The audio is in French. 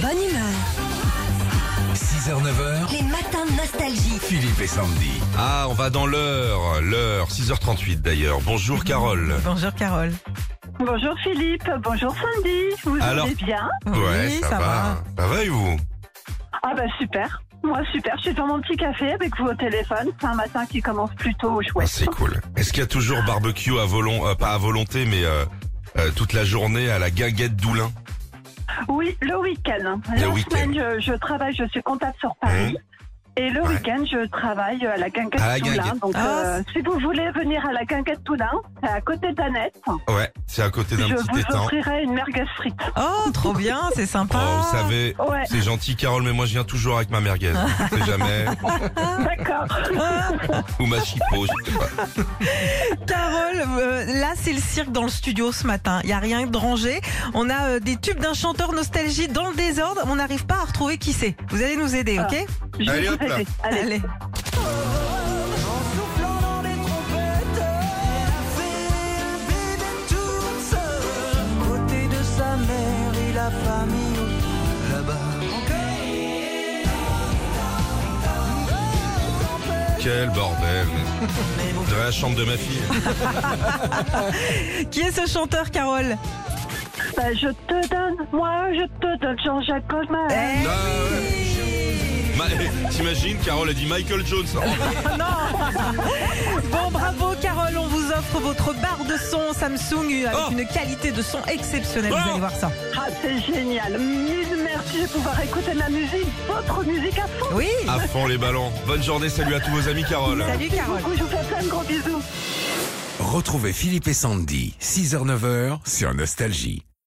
bonne humeur. 6h, 9h, Les matins de nostalgie. Philippe et Sandy. Ah, on va dans l'heure, l'heure, 6h38 d'ailleurs. Bonjour Carole. Bonjour Carole. Bonjour Philippe, bonjour Sandy, vous Alors- allez bien ouais, ça, va. Ça va et vous Ah bah super, moi super, je suis dans mon petit café avec vous au téléphone, c'est un matin qui commence plutôt Ah, chouette. C'est cool. Est-ce qu'il y a toujours barbecue à volon, euh, pas à volonté, mais euh, euh, toute la journée à la guinguette d'Oulin Oui, le week-end. Le la week-end. Hein semaine je, je travaille, je suis comptable sur Paris. Et le Ouais. week-end, je travaille à la Guinguette À la Toulin. Guinguette. Donc, Ah, euh, si vous voulez venir à la Guinguette Toulin, c'est à côté d'Annette, Ouais, c'est à côté je d'un vous petit étang. offrirai une merguez frite. Oh, trop bien, c'est Oh, sympa. vous savez, Ouais, c'est gentil Carole, mais moi je viens toujours avec ma merguez. Je sais jamais. Ah. d'accord. Ou ma chipo, je sais pas. Carole, euh, là c'est le cirque dans le studio ce matin. Il y a rien de rangé. On a euh, des tubes d'un chanteur nostalgie dans le désordre. On n'arrive pas à retrouver qui c'est. Vous allez nous aider, ok Je vais Allez, vous hop là. aider. Ah, Allez. Côté de sa mère et la famille là-bas. Quel bordel. On dirait la chambre de ma fille. Qui est ce chanteur, Carole Bah, je te donne, moi, je te donne Jean-Jacques Goldman. Eh, Ah, ouais. Ma- T'imagines, Carole a dit Michael Jones. Oh, Bon, bravo, Carole. On vous offre votre barre de son Samsung euh, avec Oh. une qualité de son exceptionnelle. Oh. Vous allez voir ça. Ah, c'est génial. Mille merci de pouvoir écouter ma musique, votre musique à fond. Oui. À fond les ballons. Bonne journée, salut à tous vos amis, Carole. Salut, Carole. Beaucoup, je vous fais plein de gros bisous. Retrouvez Philippe et Sandy, 6h-9h sur Nostalgie.